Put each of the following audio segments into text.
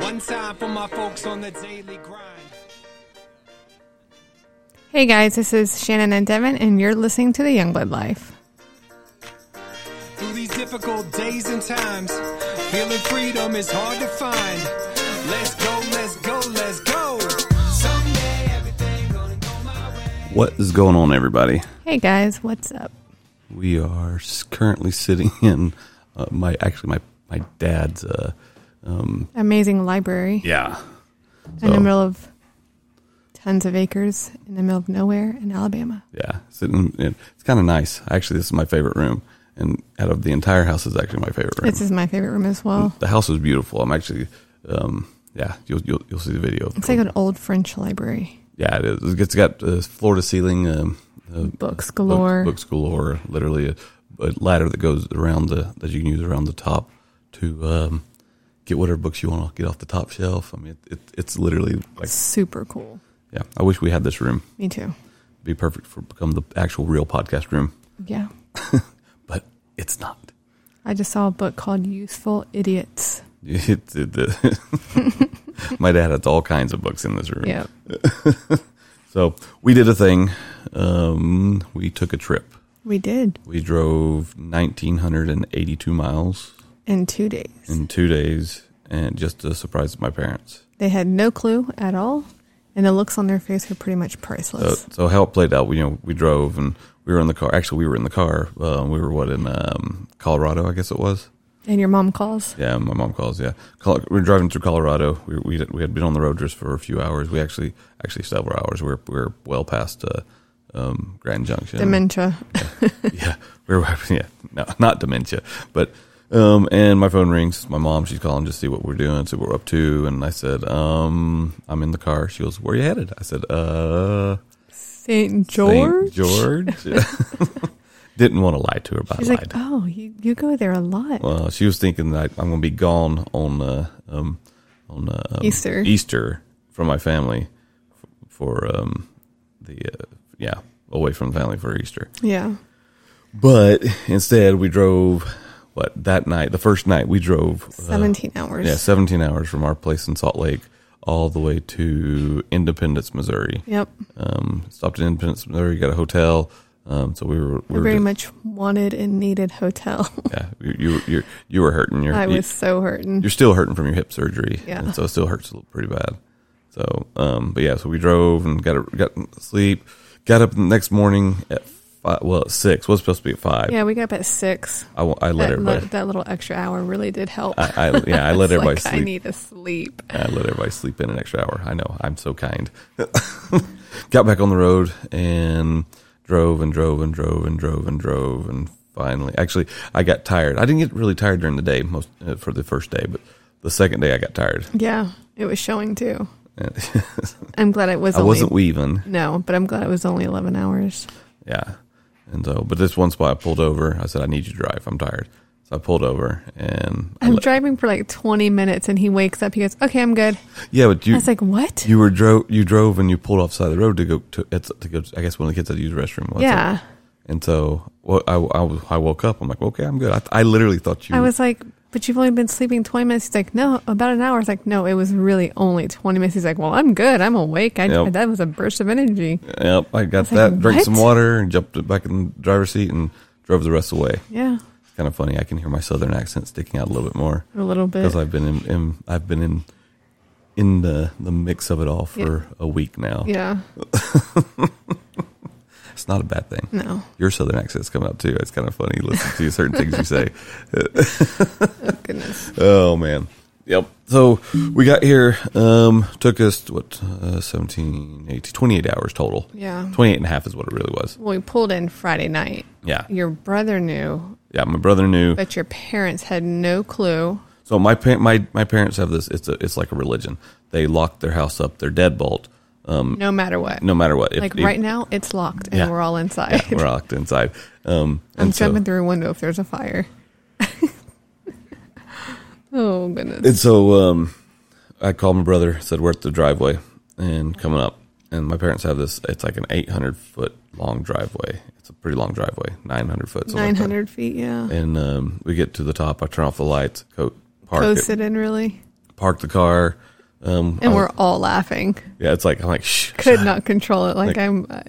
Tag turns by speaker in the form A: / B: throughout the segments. A: one time for my folks on the daily grind.
B: Hey guys, this is Shannon and Devin, and you're listening to The Youngblood Life.
A: Through these difficult days and times, feeling freedom is hard to find. Let's go, let's go, let's go. Someday everything gonna go my way.
C: What is going on, everybody?
B: Hey guys, what's up?
C: We are s- currently sitting in uh, my actually my my dad's. Uh,
B: Amazing library
C: yeah,
B: in the
C: so-
B: middle of tons of acres in the middle of nowhere in Alabama.
C: yeah. Sitting, in, it's kind of nice. Actually, this is my favorite room, and out of the entire house, is actually my favorite room.
B: This is my favorite room as well.
C: the house is beautiful. I'm actually, um, yeah. You'll you'll you'll see the video.
B: It's like an old French library.
C: yeah, it is. It's got uh, floor to ceiling. Um, uh,
B: Books galore.
C: Books, books galore. Literally a, a ladder that goes around the that you can use around the top to um, get whatever books you want to get off the top shelf. I mean, it, it, it's literally like
B: Super cool.
C: yeah. I wish we had this room.
B: Me too.
C: It'd be perfect for become the actual real podcast room,
B: Yeah.
C: but it's not.
B: I just saw a book called Useful Idiots.
C: It, it, my dad has all kinds of books in this room.
B: Yep.
C: So we did a thing. Um, we took a trip.
B: We did
C: We drove 1,982 miles
B: in two days.
C: in two days, and just to surprise my parents.
B: They had no clue at all, and the looks on their face were pretty much
C: So,
B: priceless.
C: so how it played out, you know, we drove and we were in the car. Actually, we were in the car. Uh, we were what in um, Colorado, I guess it was.
B: and your mom calls.
C: Yeah, my mom calls. Yeah, Col- we were driving through Colorado. We, we we had been on the road just for a few hours. We actually actually several hours. We were we were well past uh, um, Grand Junction.
B: Dementia.
C: yeah, we were yeah, no, not dementia, but um, and my phone rings. It's My mom, she's calling to see what we're doing, see what we're up to, and I said, um, I'm in the car. She goes, Where you headed? I said, Uh,
B: St.
C: Saint
B: George?
C: George. Didn't want to lie to her, but
B: She's
C: I
B: like,
C: lied.
B: oh, you, you go there a lot.
C: Well, she was thinking that I'm going to be gone on uh, um, on uh,
B: Easter.
C: Easter from my family f- for um, the uh, yeah away from family for Easter.
B: yeah.
C: But instead, we drove. What that night, the first night, we drove uh,
B: 17 hours.
C: yeah, 17 hours from our place in Salt Lake all the way to Independence, Missouri.
B: Yep.
C: Um, stopped in Independence, Missouri, got a hotel. Um, so we were, we
B: We
C: were
B: very much
C: just-
B: wanted and needed hotel.
C: yeah, you, you, you, you were hurting. You're,
B: I
C: you-
B: was so hurting.
C: you're still hurting from your hip surgery.
B: Yeah.
C: And so it still hurts a little pretty bad. So, um, but yeah, so we drove and got, a, got sleep, got up the next morning at five, well, at six, was supposed to be at five.
B: Yeah, we got up at 6.
C: I, wa- I let
B: That,
C: everybody,
B: li- that little extra hour really did help.
C: I, I, yeah, I let
B: It's
C: everybody
B: like, I
C: sleep.
B: need to sleep.
C: I let everybody sleep in an extra hour. I know. I'm so kind. Got back on the road and drove and drove and drove and drove and drove and finally, actually, I got tired. I didn't get really tired during the day most uh, for the first day, but the second day I got tired.
B: Yeah, it was showing too.
C: And
B: I'm glad it was
C: I
B: only
C: wasn't weaving.
B: No, but I'm glad it was only 11 hours.
C: Yeah. And so, but this one spot I pulled over. I said, I need you to drive. I'm tired. So I pulled over and I
B: I'm
C: let-
B: driving for like 20 minutes and he wakes up. He goes, okay, I'm good.
C: yeah, but
B: I
C: you,
B: was like, what?
C: you were drove, you drove and you pulled off the side of the road to go to, it's- to go, I guess one of the kids had to use the restroom. What's up?
B: yeah.
C: And so well, I, I, was- I woke up. I'm like, okay, I'm good. I, I literally thought you.
B: I was like, but you've only been sleeping 20 minutes. He's like, no, about an hour. I was like, no, it was really only 20 minutes. He's like, well, I'm good. I'm awake. I,
C: Yep.
B: That was a burst of energy.
C: Yep, I got
B: I was like,
C: that. drank
B: what?
C: some water and jumped back in the driver's seat and drove the rest of the way.
B: Yeah.
C: It's kind of funny. I can hear my southern accent sticking out a little bit more
B: A little bit.
C: because I've been in, in I've been in in the the mix of it all for a week now.
B: yeah.
C: It's not a bad thing.
B: No.
C: Your southern accent's coming out too. It's kind of funny listening to certain things you say.
B: Goodness.
C: Oh man. Yep. So we got here, um, took us what, uh, 17, 18, 28 hours total.
B: Yeah.
C: 28 and a half is what it really was.
B: Well, we pulled in Friday night.
C: Yeah.
B: Your brother knew,
C: Yeah. My brother knew.
B: but your parents had no clue.
C: So my, pa- my, my parents have this, it's a, it's like a religion. They lock their house up, their deadbolt,
B: No matter what.
C: no matter what. Um, If-
B: Like
C: if-
B: right now, it's locked and
C: Yeah.
B: we're all inside.
C: we're locked inside. Um,
B: I'm
C: and so,
B: jumping through a window if there's a fire. oh goodness.
C: and so, um, I called my brother, said, we're at the driveway and coming up. And my parents have this, it's like an 800 foot long driveway. It's a pretty long driveway, 900 foot. something like
B: Nine
C: that.
B: hundred feet, yeah.
C: and um, we get to the top. I turn off the lights, co- park
B: Close
C: it,
B: it in really.
C: parked the car. Um, I
B: and
C: was-
B: we're all laughing.
C: yeah, it's like I'm like shh.
B: Could not control it. Like,
C: Like-
B: I'm, uh,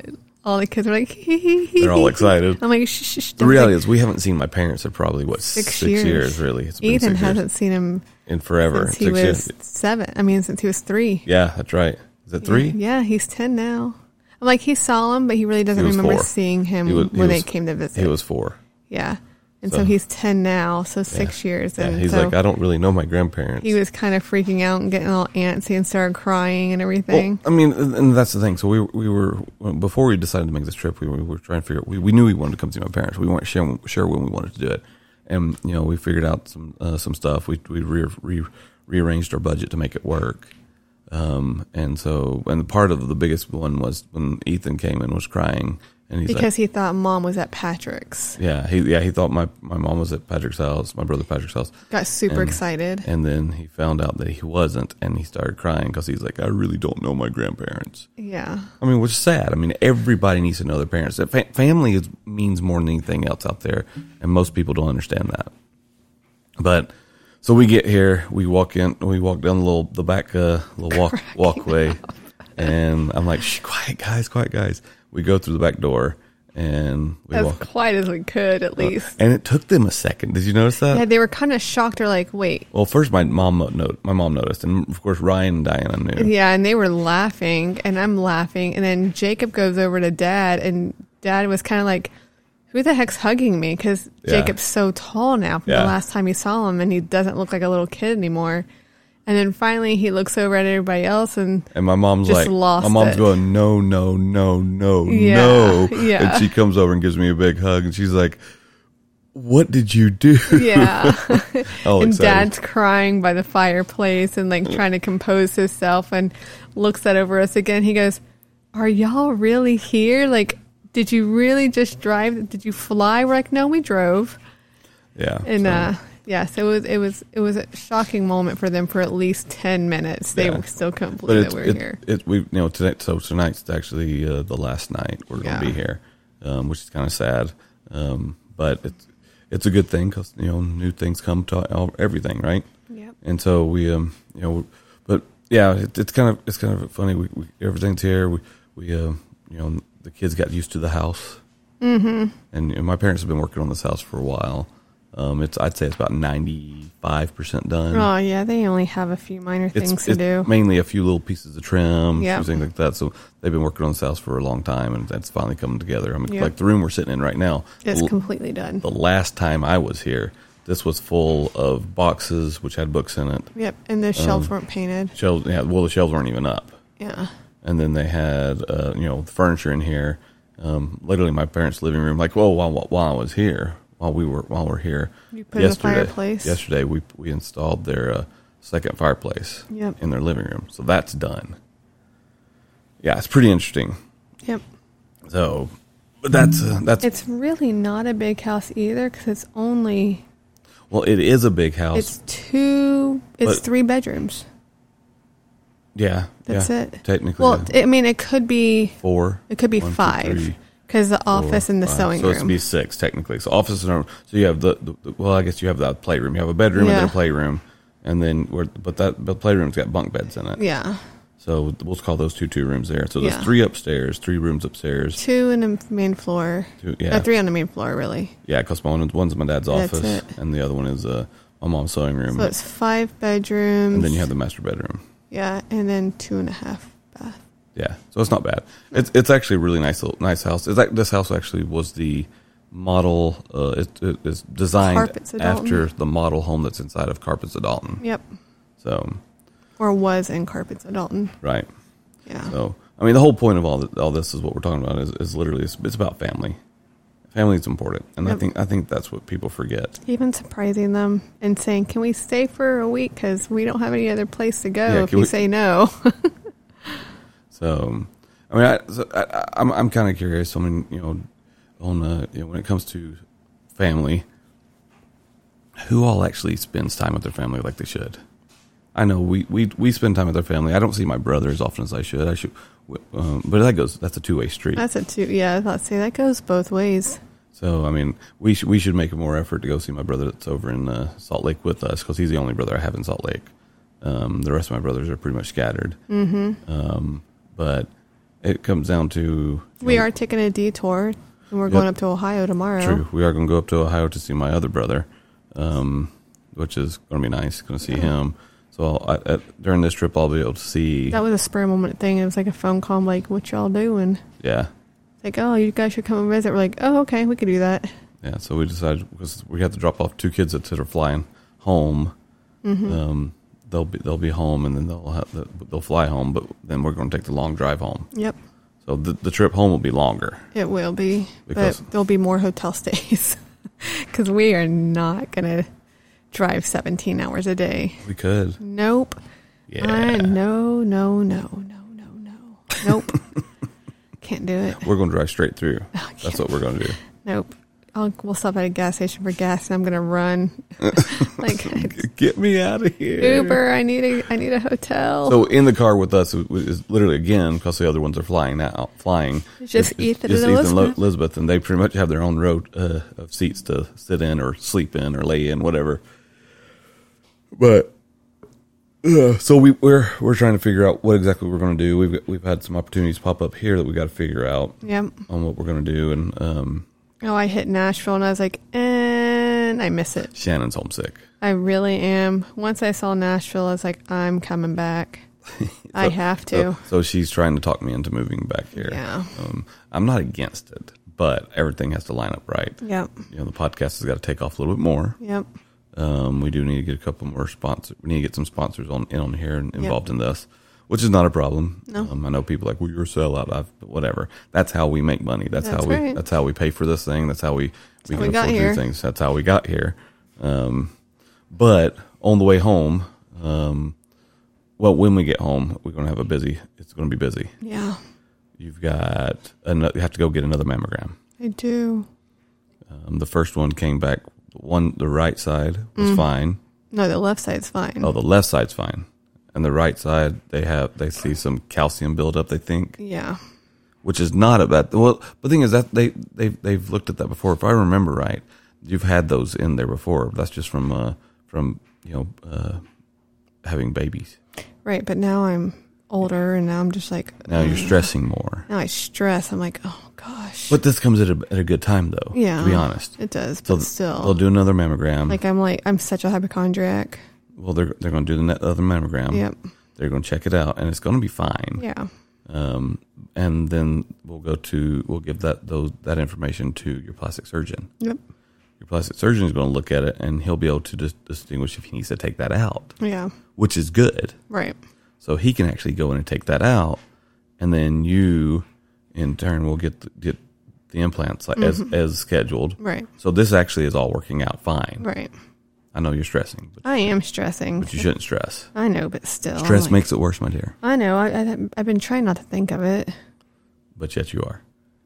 B: all the kids are like, hee hee hee.
C: They're all
B: hee.
C: excited.
B: I'm like, shh, shh, shh.
C: The reality is, we haven't seen my parents in probably what six,
B: Six years.
C: years. Really, it's been
B: Ethan
C: six years.
B: hasn't seen him
C: in forever.
B: since he
C: Six
B: was
C: years.
B: seven. I mean, since he was three.
C: Yeah, that's right. Is it three?
B: Yeah, he's 10 now. I'm like, he saw him, but he really doesn't
C: He was
B: remember
C: four.
B: seeing him
C: He was- he
B: when
C: was-
B: they came to visit.
C: He was four.
B: yeah. And so,
C: so-
B: he's 10 now, so six years.
C: Yeah,
B: And
C: he's
B: so
C: like, "Ah." I don't really know my grandparents.
B: he was kind of freaking out and getting all antsy and started crying and everything.
C: Well, I mean, and and that's the thing. So we we were before we decided to make this trip, we were, we were trying to figure. We, we knew we wanted to come see my parents. We weren't sure sure when we wanted to do it, and you know we figured out some uh, some stuff. We we re, re, rearranged our budget to make it work. Um, and so and part of the biggest one was when Ethan came in was crying and he's like-
B: because he thought mom was at Patrick's.
C: yeah he yeah he thought my my mom was at Patrick's house, my brother Patrick's house.
B: Got super
C: And-
B: excited.
C: And then he found out that he wasn't, and he started crying because he's like, "I really don't know my grandparents."
B: yeah.
C: I mean, which is sad. I mean, everybody needs to know their parents. That fa- family is, means more than anything else out there, and most people don't understand that. But so we get here, we walk in, we walk down the little the back uh, little walk walkway, and I'm like, Shh, "Quiet, guys, quiet, guys." We go through the back door, and we
B: As
C: walk.
B: quiet as we could,
C: Uh,
B: at least.
C: And it took them a second. Did you notice that?
B: yeah, they were kind of shocked. They're like, wait.
C: Well, first my mom note, my mom noticed, and of course Ryan and Diana knew.
B: Yeah, and they were laughing, and I'm laughing. And then Jacob goes over to dad, and dad was kind of like, Who the heck's hugging me? Because
C: Yeah.
B: Jacob's so tall now from
C: Yeah.
B: the last time you saw him, and he doesn't look like a little kid anymore. And then finally, he looks over at everybody else, and
C: And my mom's
B: Just
C: like,
B: lost
C: my mom's
B: it.
C: going, no, no, no, no,
B: Yeah,
C: no.
B: yeah.
C: And she comes over and gives me a big hug, and she's like, "What did you do?"
B: yeah.
C: Oh,
B: and
C: excited. Mm.
B: dad's crying by the fireplace and like trying to compose himself and looks at over us again. He goes, Are y'all really here? Like, did you really just drive? Did you fly? We're like, No, we drove.
C: yeah.
B: And
C: so,
B: uh yeah, so it was it was it was a shocking moment for them for at least ten minutes. They
C: Yeah.
B: were still couldn't
C: but
B: believe
C: it's
B: that we were
C: it,
B: here.
C: it we you know tonight. So tonight's actually uh, the last night we're
B: Yeah.
C: gonna be here, um, which is kind of sad. Um, but it's it's a good thing because you know new things come to all- everything, right?
B: Yep.
C: and so we um you know but yeah it, it's kind of it's kind of funny we, we everything's here we we uh, you know the kids got used to the house mm-hmm. and, and my parents have been working on this house for a while um it's i'd say it's about 95% done
B: Oh yeah, they only have a few minor
C: it's,
B: things to
C: it's
B: do.
C: mainly a few little pieces of trim,
B: Yeah.
C: few things like that. So they've been working on this house for a long time, and that's finally coming together. I mean,
B: Yeah.
C: like the room we're sitting in right now.
B: It's
C: l-
B: completely done.
C: the last time I was here, this was full of boxes which had books in it.
B: Yep, and the shelves
C: um,
B: weren't painted.
C: shelves. Yeah, well, the shelves weren't even up,
B: Yeah,
C: and then they had uh, you know furniture in here. Um, literally, my parents' living room. Like, well, while while I was here, while we were while we're here,
B: You put in a fireplace?
C: Yesterday, we we installed their uh, second fireplace
B: Yep.
C: in their living room, so that's done. Yeah, it's pretty interesting.
B: yep.
C: So, but that's uh, that's
B: It's really not a big house either because it's only
C: well, it is a big house.
B: it's two it's
C: But-
B: three bedrooms.
C: yeah,
B: That's
C: yeah,
B: it.
C: Technically,
B: Well,
C: yeah.
B: I mean, it could be
C: four.
B: it could be
C: One, two,
B: five
C: three,
B: because the office
C: four,
B: and the
C: five.
B: sewing
C: so it's
B: room.
C: be six technically. So office and so you have the, the, the- well, I guess you have that playroom. You have a bedroom and then a
B: Yeah.
C: playroom, and then where but that but playroom's got bunk beds in it.
B: yeah,
C: So we'll call those two two rooms there. So there's
B: Yeah.
C: three upstairs, three rooms upstairs.
B: two in the main floor.
C: Two- yeah.
B: Uh, three on the main floor, really.
C: Yeah, because one one's my dad's
B: That's
C: office,
B: it.
C: and the other one is uh, my mom's sewing room.
B: So it's five bedrooms.
C: and then you have the master bedroom.
B: yeah, and then two and a half bath.
C: Yeah, so it's not bad. It's it's actually a really nice little- nice house. It's like this house actually was the model. Uh, it, it is designed
B: Carpets of Dalton.
C: after the model home that's inside of Carpets of Dalton.
B: Yep,
C: So
B: or was in carpets at Dalton.
C: right.
B: Yeah,
C: So I mean, the whole point of all th all this is what we're talking about is, is literally it's, it's about family. Family is important, and I
B: Yep.
C: think I think that's what people forget.
B: even surprising them and saying, "Can we stay for a week? Because we don't have any other place to go."
C: Yeah,
B: if
C: can
B: you
C: we-
B: say no,
C: So, I mean, I, so I, I, I'm I'm kind of curious. I mean, you know, on uh, you know, when it comes to family, who all actually spends time with their family like they should? I know we we we spend time with our family. I don't see my brother as often as I should. I should, um, but that goes that's a two way street.
B: that's a two. Yeah, let's say that goes both ways.
C: So I mean, we should we should make more effort to go see my brother that's over in uh, Salt Lake with us because he's the only brother I have in Salt Lake. Um, the rest of my brothers are pretty much scattered. Mm-hmm. Um, but it comes down to you
B: We
C: know,
B: are taking a detour, and we're going up to Ohio tomorrow.
C: True. We are going to go up to Ohio to see my other brother, um, which is going to be nice. Going to see him. So I'll, I, at, during this trip, I'll be able to see.
B: That was a spur moment thing. It was like a phone call, I'm like, "What y'all doing?"
C: Yeah,
B: It's like, "Oh, you guys should come and visit." We're like, "Oh, okay, we could do that."
C: yeah. So we decided because we have to drop off two kids that that are flying home. Um, they'll be they'll be home and then they'll have the, they'll fly home, but then we're going to take the long drive home.
B: Yep,
C: So the, the trip home will be longer.
B: it will be,
C: Because-
B: but there'll be more hotel stays because we are not gonna drive 17 hours a day.
C: We could.
B: Nope.
C: Yeah.
B: I, no, no, no, no, no, no. Nope. Can't do it.
C: We're going to drive straight through.
B: Oh,
C: That's
B: yeah.
C: what we're going to do.
B: Nope. I'll, we'll stop at a gas station for gas, and I'm gonna run. like
C: Get me out of here.
B: Uber, I need a I need a hotel.
C: So in the car with us is literally again because the other ones are flying now, flying.
B: Just
C: It's-
B: Ethan
C: it's
B: and
C: Lo-
B: Elizabeth.
C: Elizabeth, and they pretty much have their own row uh, of seats to sit in or sleep in or lay in, whatever. But uh, so we, we're we're trying to figure out what exactly we're going to do. We've got, we've had some opportunities pop up here that we got to figure out
B: yep.
C: on what we're going to do. And um,
B: Oh, I hit Nashville and I was like, and I miss it.
C: Shannon's homesick.
B: I really am. Once I saw Nashville, I was like, I'm coming back. I have to.
C: So, so she's trying to talk me into moving back here.
B: Yeah.
C: Um, I'm not against it, but everything has to line up right.
B: Yep.
C: you know the podcast has got to take off a little bit more.
B: Yep.
C: Um, we do need to get a couple more sponsors. We need to get some sponsors on in on here and involved in this, which is not a problem.
B: No.
C: Um, I know people like, well, you're a sellout. I've, whatever. That's how we make money. That's,
B: That's
C: how we.
B: right.
C: That's how we pay for this thing. That's how we we
B: how we
C: can
B: got
C: afford to do
B: here.
C: things. That's how we got here. Um, but on the way home, um, well, when we get home, we're gonna have a busy. It's gonna be busy.
B: Yeah.
C: You've got another. You have to go get another mammogram.
B: I do.
C: Um, the first one came back. One, the right side
B: Mm.
C: was fine.
B: No, the left side's fine.
C: Oh, the left side's fine, and the right side they have they see some calcium buildup. They think,
B: Yeah.
C: which is not a bad. Well, the thing is that they they they've looked at that before. If I remember right, you've had those in there before. That's just from uh from you know uh having babies.
B: Right. But now I'm older and now I'm just like,
C: Now you're
B: uh,
C: stressing more.
B: now I stress. I'm like, oh gosh.
C: But this comes at a, at a good time though.
B: yeah.
C: to be honest.
B: It does.
C: So
B: But
C: they'll
B: still.
C: do another mammogram.
B: like, I'm like, I'm such a hypochondriac.
C: well, they're they're going to do the ne- other mammogram.
B: Yep.
C: They're going to check it out, and it's going to be fine.
B: Yeah.
C: um, and then we'll go to we'll give that those that information to your plastic surgeon.
B: Yep.
C: Your plastic surgeon is going to look at it, and he'll be able to dis- distinguish if he needs to take that out,
B: Yeah.
C: which is good.
B: Right.
C: So he can actually go in and take that out, and then you, in turn, will get the, get the implants like as as scheduled.
B: Mm-hmm. Right.
C: So this actually is all working out fine.
B: Right.
C: I know you're stressing, but,
B: I am stressing.
C: but you shouldn't stress.
B: I know, but still. I'm
C: Stress
B: like-
C: makes it worse, my dear.
B: I know. I, I, I've been trying not to think of it.
C: But yet you are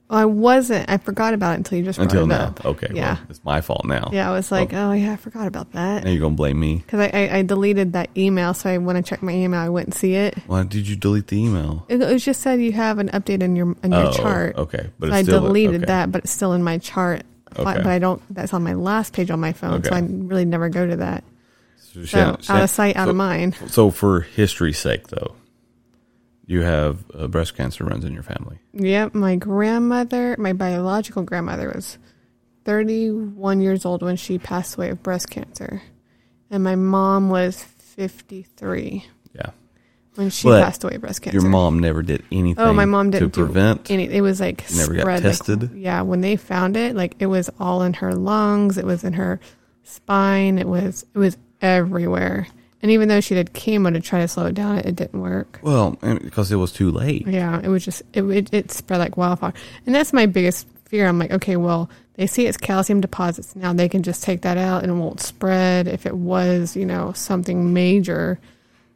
B: I wasn't. I forgot about it until you just brought
C: until
B: it
C: now.
B: up.
C: Okay,
B: Yeah.
C: well, it's my fault now.
B: yeah. I was like, oh yeah, I forgot about
C: Now
B: that
C: you're gonna blame me.
B: because I, I, I deleted that email. So I when I checked my email, I wouldn't see it.
C: Why did you delete the email?
B: It, it was just said you have an update in your in your
C: Oh,
B: chart.
C: okay, but
B: So
C: it's
B: I
C: still-
B: deleted
C: okay.
B: that, but it's still in my chart. But-
C: Okay.
B: But I don't. That's on my last page on my phone, so
C: Okay.
B: I really never go to that.
C: So,
B: So out of sight, out of mind.
C: So for history's sake, though, you have uh, breast cancer runs in your family.
B: Yep, my grandmother, my biological grandmother was 31 years old when she passed away of breast cancer. And my mom was 53
C: Yeah,
B: when she
C: But
B: passed away of breast cancer.
C: your mom never did anything.
B: Oh, my mom didn't
C: to prevent.
B: do any. It was like
C: You never got
B: spread, like-
C: tested?
B: yeah, when they found it, like it was all in her lungs. It was in her spine. It was it was everywhere. And even though she did chemo to try to slow it down, it, it didn't work.
C: well, because it was too late.
B: Yeah, it was just it, it it spread like wildfire, and that's my biggest fear. I'm like, okay, well, they see it's calcium deposits now. They can just take that out, and it won't spread. If it was, you know, something major,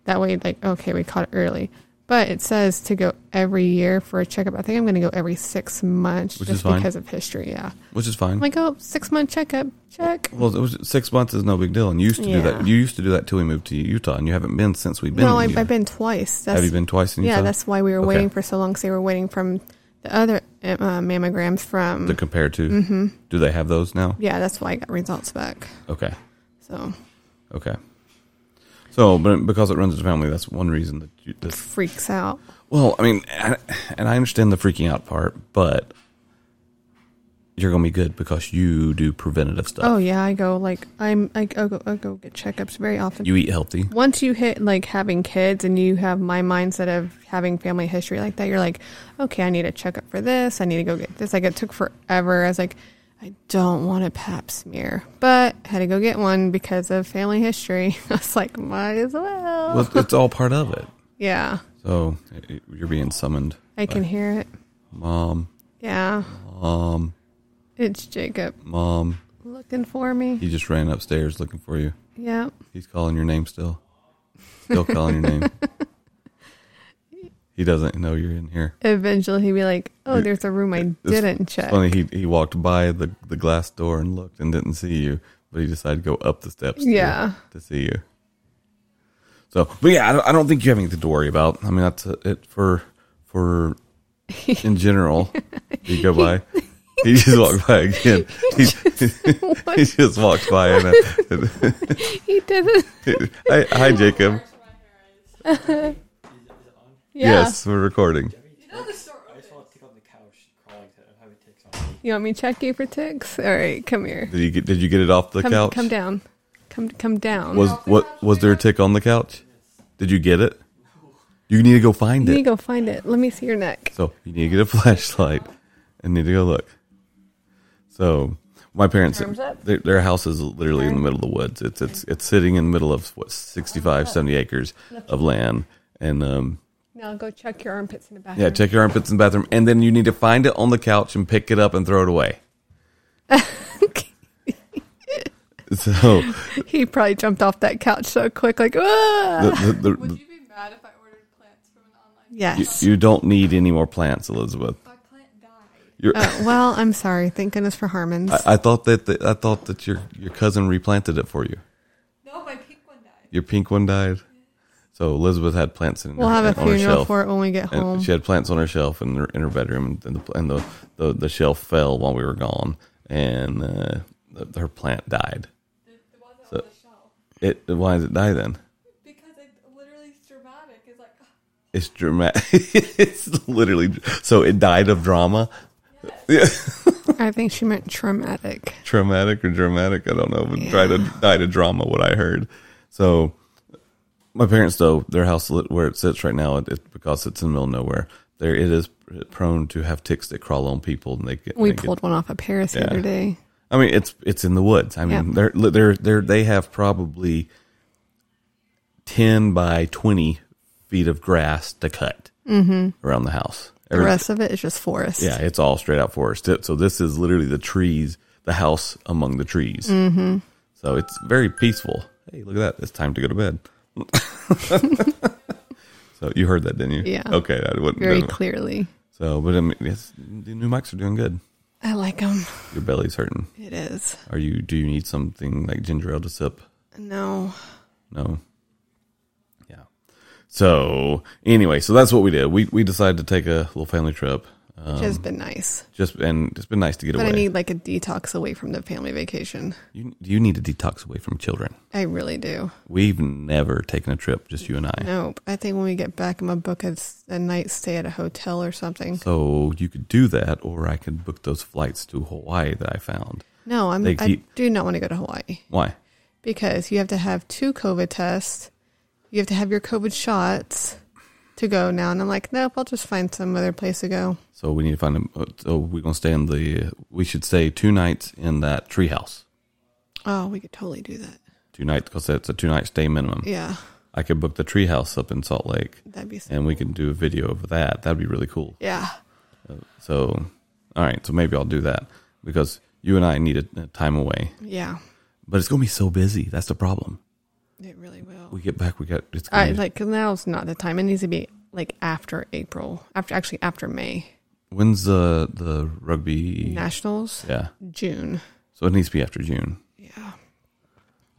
B: that way, like, okay, we caught it early. But it says to go every year for a checkup. I think I'm going to go every six months
C: Which is
B: just
C: fine.
B: because of history. Yeah,
C: Which is fine.
B: I'm like, oh, six month checkup, check.
C: well, it was six months is no big deal, and you used to do
B: Yeah.
C: that. You used to do that till we moved to Utah, and you haven't been since we've been.
B: No,
C: in
B: I've,
C: Utah.
B: I've been twice. That's,
C: Have you been twice in Utah?
B: Yeah, that's why we were
C: Okay.
B: waiting for so long. 'cause they were waiting from the other uh, mammograms from
C: to compare to.
B: Mm-hmm.
C: Do they have those now?
B: Yeah, that's why I got results back.
C: Okay,
B: So
C: okay. So, but because it runs as a family, that's one reason that. You, that
B: freaks out.
C: well, I mean, and, and I understand the freaking out part, but you're gonna be good because you do preventative stuff.
B: Oh yeah, I go like I'm I go, I go, I go get checkups very often.
C: You eat healthy.
B: Once you hit like having kids and you have my mindset of having family history like that, you're like, okay, I need a checkup for this. I need to go get this. Like it took forever. I was like, I don't want a pap smear, but I had to go get one because of family history. I was like, might as well.
C: Well, it's all part of it.
B: yeah,
C: So it- it- you're being summoned.
B: I can hear it.
C: Mom,
B: Yeah,
C: mom,
B: it's Jacob
C: mom.
B: looking for me.
C: He just ran upstairs looking for you.
B: Yeah.
C: He's calling your name still. Still calling your name. He doesn't know you're in here.
B: Eventually, he'd be like, oh, there's a room I
C: It's
B: didn't check.
C: Funny, he he walked by the the glass door and looked and didn't see you, but he decided to go up the steps. to-
B: Yeah.
C: to, see you. So, but yeah, I don't, I don't think you have anything to worry about. I mean, that's it for for in general. You go by. He just walked by again. He, he just walked by and uh,
B: He didn't.
C: hi, hi, Jacob.
B: Yeah.
C: Yes, we're recording.
D: I just want to tick on the couch, crawling to how it takes on me.
B: You want me to check you for ticks? All right, come here.
C: Did you get Did you get it off the
B: Come,
C: couch?
B: come down. Come, come down.
C: Was what was there a tick on the couch? Did you get it? You need to go find
B: you need to
C: it.
B: go find it. Let me see your neck.
C: So you need to get a flashlight and need to go look. So my parents,
B: Arms up.
C: their, their house is literally in the middle of the woods. It's it's it's sitting in the middle of what 65, 70 acres of land, and um,
B: Now go check your armpits in the bathroom.
C: yeah, check your armpits in the bathroom, and then you need to find it on the couch and pick it up and throw it away. So
B: He probably jumped off that couch so quick, like,
C: the,
B: "Ah!"
C: the, the, the,
E: Would you be mad if I ordered plants from an online?
C: you,
B: yes.
C: you don't need any more plants, Elizabeth.
E: My plant died.
C: You're,
B: Uh, well, I'm sorry. Thank goodness for Harmon's.
C: I, I thought that the, I thought that your your cousin replanted it for you.
E: No, my pink one died.
C: Your pink one died. So Elizabeth had plants in
B: we'll
C: her,
B: have a
C: on her
B: funeral
C: shelf.
B: for it when we get
C: And
B: home.
C: She had plants on her shelf in her, in her bedroom, and the and the, the, the shelf fell while we were gone, and uh, the, her plant died.
E: It wasn't
C: So-
E: on the shelf.
C: It why did it die then?
E: Because it literally is dramatic. It's like, "Ah,
C: It's dramatic. it's literally so it died of drama,
B: I think she meant traumatic.
C: traumatic or dramatic. I don't know, but died of, died of drama. What I heard. So my parents though their house lit- where it sits right now it, it because it's in the middle of nowhere there it is prone to have ticks that crawl on people and they get
B: We
C: they get-
B: pulled one off a Paris the other day.
C: i mean it's it's in the woods i
B: Yeah.
C: mean they're they're they're they have probably 10 by 20 feet of grass to cut around the house
B: Mm-hmm. The rest of it is just forest.
C: yeah it's all straight out forest so this is literally the trees the house among the trees mm-hmm. so it's very peaceful hey look at that it's time to go to bed so you heard that didn't you
B: Yeah.
C: okay that wouldn't
B: Very
C: didn't-
B: clearly.
C: so but i mean it's, the new mics are doing good
B: I like them.
C: your belly's hurting
B: It is.
C: are you do you need something like ginger ale to sip
B: No.
C: No. Yeah. So anyway, so that's what we did. We we decided to take a little family trip. uh,
B: Which has been nice.
C: Just and it's been nice to get
B: But
C: away.
B: I need like a detox away from the family vacation.
C: you you need to detox away from children.
B: I really do.
C: We've never taken a trip, just you and I.
B: Nope. I think when we get back, I'm gonna book a, s- a night stay at a hotel or something.
C: So you could do that, or I could book those flights to Hawaii that I found.
B: No, I'm.
C: They
B: I
C: keep-
B: do not want to go to Hawaii
C: Why?
B: because you have to have two COVID tests. You have to have your COVID shots to go now, and I'm like, nope. I'll just find some other place to go.
C: So we need to find a. uh, So we're gonna stay in the. We should stay two nights in that treehouse.
B: Oh, we could totally do that.
C: Two nights because that's a two night stay minimum.
B: Yeah,
C: I could book the treehouse up in Salt Lake,
B: that'd be. Sick.
C: and we can do a video of that. That'd be really cool.
B: Yeah,
C: So, all right. So maybe I'll do that because you and I need a, a time away.
B: yeah.
C: But it's gonna be so busy. That's the problem.
B: It really will.
C: We get back. We got. It's gonna
B: I
C: be-
B: like 'cause now's not the time. It needs to be like after April. After actually after May
C: when's the the rugby?
B: nationals
C: Yeah.
B: June.
C: So it needs to be after June.
B: Yeah.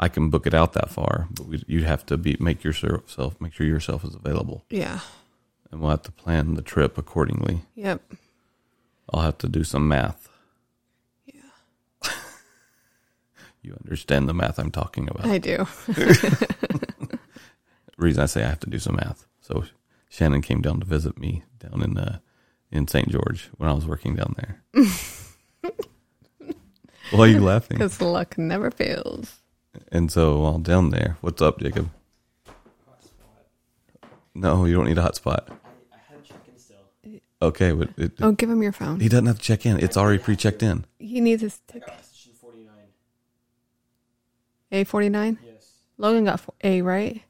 C: I can book it out that far, but we, you'd have to be make yourself make sure yourself is available,
B: Yeah.
C: and we'll have to plan the trip accordingly.
B: Yep.
C: Uh, I'll have to do some math. You understand the math I'm talking about.
B: I do.
C: the reason I say I have to do some math. So Shannon came down to visit me down in uh, in St. George when I was working down there. Why are you laughing?
B: Because luck never fails.
C: And so while down there, what's up, Jacob? No, you don't need a hotspot.
D: I, I haven't checked in still.
C: Okay, but it,
B: Oh, give him your phone.
C: he doesn't have to check in. It's already pre-checked in.
B: He needs his ticket.
D: Position 49.
B: A forty nine.
D: Yes.
B: Logan got fo- A right.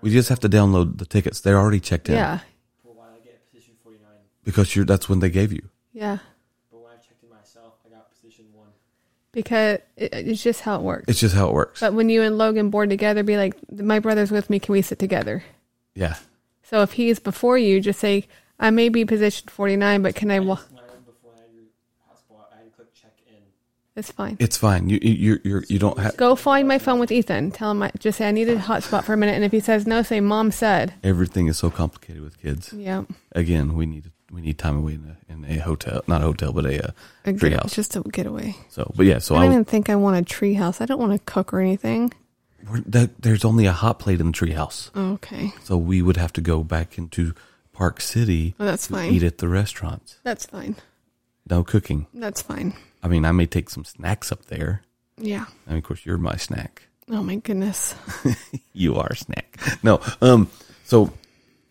C: We just have to download the tickets. They're already checked in.
B: Yeah,
D: But when I get position 49,
C: Because you're, that's when they gave you.
B: yeah.
D: but when I checked in myself, I got position 1.
B: Because it, it's just how it works.
C: It's just how it works.
B: but when you and Logan board together, be like, "My brother's with me. Can we sit together?"
C: yeah.
B: So if he's before you, just say, "I may be position forty nine, but can I walk?"
D: When I went before I had your hotspot, I had to click check in.
B: It's fine.
C: It's fine. You you you you don't have
B: Go find my phone with Ethan. Tell him I just say I needed a hotspot for a minute, and if he says no, say Mom said.
C: everything is so complicated with kids.
B: Yeah,
C: Again, we need we need time away in a, in a hotel, not a hotel, but a uh,
B: a get-
C: treehouse.
B: just a getaway.
C: So, but yeah, so
B: I
C: I,
B: don't
C: was
B: even think I want a treehouse. I don't want to cook or anything.
C: we're, that, there's only a hot plate in the treehouse,
B: Okay,
C: so we would have to go back into Park City
B: well, Oh, that's
C: to eat
B: fine.
C: at the restaurants.
B: That's fine.
C: No cooking.
B: That's fine.
C: I mean, I may take some snacks up there.
B: Yeah.
C: I mean, of course, you're my snack.
B: Oh my goodness.
C: you are a snack. No, um, so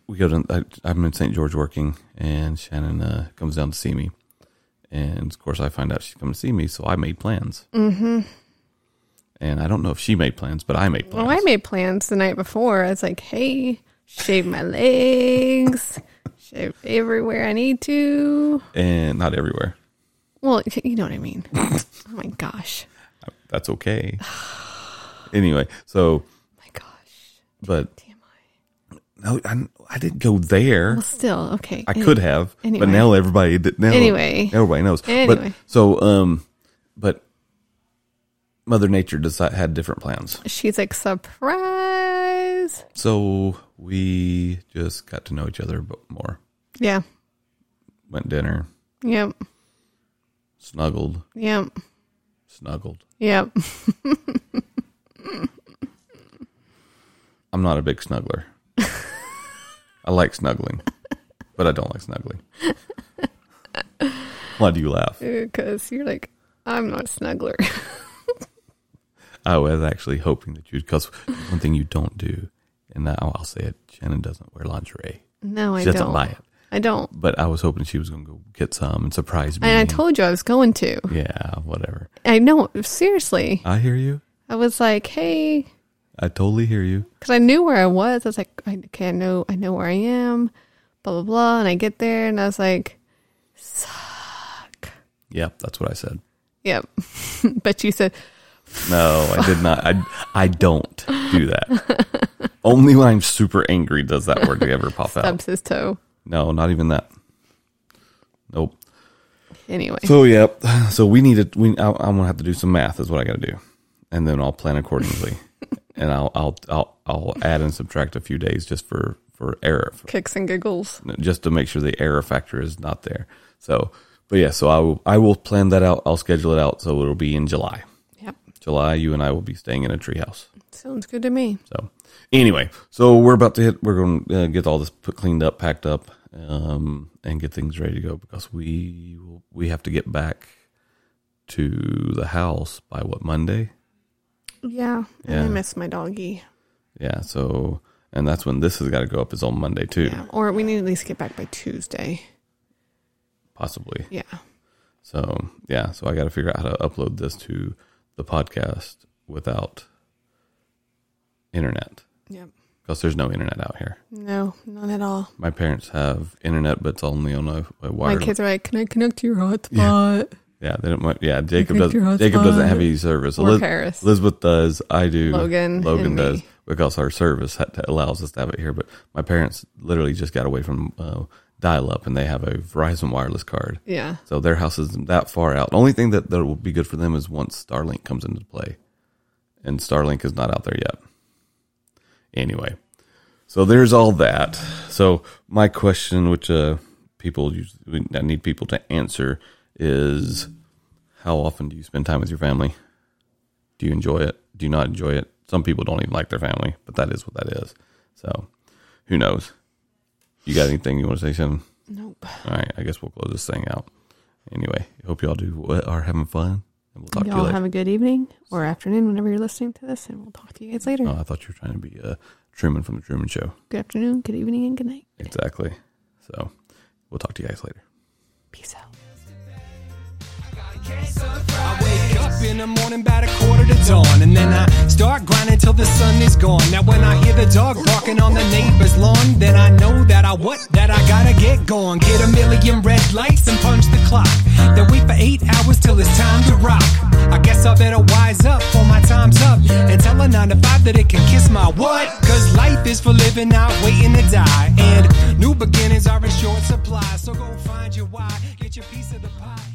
C: we go to. I, I'm in St. George working, and Shannon uh, comes down to see me, and of course I find out she's coming to see me, so I made plans. Mm-hmm. And I don't know if she made plans, but I made plans.
B: Well, Oh, I made plans the night before. I was like, hey, shave my legs, shave everywhere I need to.
C: and not everywhere.
B: Well, you know what I mean. oh my gosh.
C: That's okay. anyway, so
B: My gosh.
C: but
B: Damn I.
C: no, I, I didn't go there.
B: Well, still, okay.
C: I could have,
B: anyway.
C: but now everybody did- now
B: Anyway.
C: everybody knows. But
B: Anyway.
C: so um, but Mother Nature decide, had different plans,
B: She's like, surprise.
C: so we just got to know each other a bit more.
B: Yeah.
C: Went dinner,
B: Yep.
C: snuggled,
B: Yep.
C: snuggled.
B: Yep.
C: I'm not a big snuggler. I like snuggling, but I don't like snuggling. Why do you laugh?
B: Because you're like, I'm not a snuggler.
C: I was actually hoping that you'd, because one thing you don't do, and now I'll say it, Shannon doesn't wear lingerie.
B: no, I
C: She doesn't
B: don't.
C: like it.
B: I don't.
C: but I was hoping she was going to go get some and surprise me.
B: And I told you I was going to.
C: yeah, whatever.
B: I know, seriously.
C: I hear you.
B: I was like, hey,
C: I totally hear you.
B: because I knew where I was. I was like, I- okay, I know, I know where I am, blah blah blah. And I get there, and I was like, suck.
C: Yep, that's what I said.
B: Yep. but you said,
C: No, I did not. I I don't do that. Only when I'm super angry does that word ever pop out.
B: stubs his toe.
C: No, not even that. Nope.
B: Anyway,
C: So yep. So we needed. We I, I'm gonna have to do some math. Is what I got to do, and then I'll plan accordingly, and I'll I'll I'll I'll add and subtract a few days just for for error for
B: kicks and giggles.
C: just to make sure the error factor is not there. So, but yeah, so I will, I will plan that out. I'll schedule it out. So it'll be in July.
B: Yep,
C: July, you and I will be staying in a treehouse.
B: sounds good to me.
C: So, anyway, so we're about to hit. We're going to uh, get all this put cleaned up, packed up, um, and get things ready to go because we will, we have to get back to the house by what Monday.
B: Yeah,
C: Yeah.
B: I miss my doggy.
C: Yeah. So, and that's when this has got to go up is on Monday too,
B: Yeah, or we need to at least get back by Tuesday.
C: possibly.
B: Yeah,
C: So yeah, so I got to figure out how to upload this to the podcast without internet
B: yep.
C: because there's no internet out here.
B: No, not at all.
C: My parents have internet, but it's only on a, a
B: My
C: wire.
B: kids are like, can I connect to your hotspot?
C: yeah, they don't. want- Yeah, Jacob
B: connect your
C: doesn't. Jacob doesn't
B: hotspot.
C: have any service.
B: Or
C: Eliz-
B: Paris.
C: Elizabeth does. I do.
B: Logan
C: Logan
B: and me.
C: does because our service ha- allows us to have it here. But my parents literally just got away from uh, dial-up, and they have a Verizon wireless card.
B: Yeah.
C: So their house isn't that far out. The only thing that, that will be good for them is once Starlink comes into play. And Starlink is not out there yet. Anyway, so there's all that. So my question, which uh, people usually, I need people to answer, is how often do you spend time with your family? Do you enjoy it? Do you not enjoy it? Some people don't even like their family, but that is what that is. So who knows? You got anything you want to say, Shannon?
B: Nope.
C: All right, I guess we'll close this thing out. Anyway, hope y'all do what are having fun, and we'll talk to you
B: Y'all
C: later.
B: have a good evening or afternoon whenever you're listening to this, and we'll talk to you guys later.
C: oh, I thought you were trying to be uh, Truman from the Truman Show.
B: good afternoon, good evening, and good night.
C: Exactly. So we'll talk to you guys later.
B: Peace out.
A: I wake up in the morning about a quarter to dawn, and then I start grinding till the sun is gone. Now when I hear the dog barking on the neighbor's lawn, then I know that I what that I gotta get going. Get a million red lights and punch the clock. Then wait for eight hours till it's time to rock. I guess I better wise up for my time's up and tell a nine to five that it can kiss my what? Cause life is for living, not waiting to die. And new beginnings are in short supply, so go find your why, get your piece of the pie. Oh,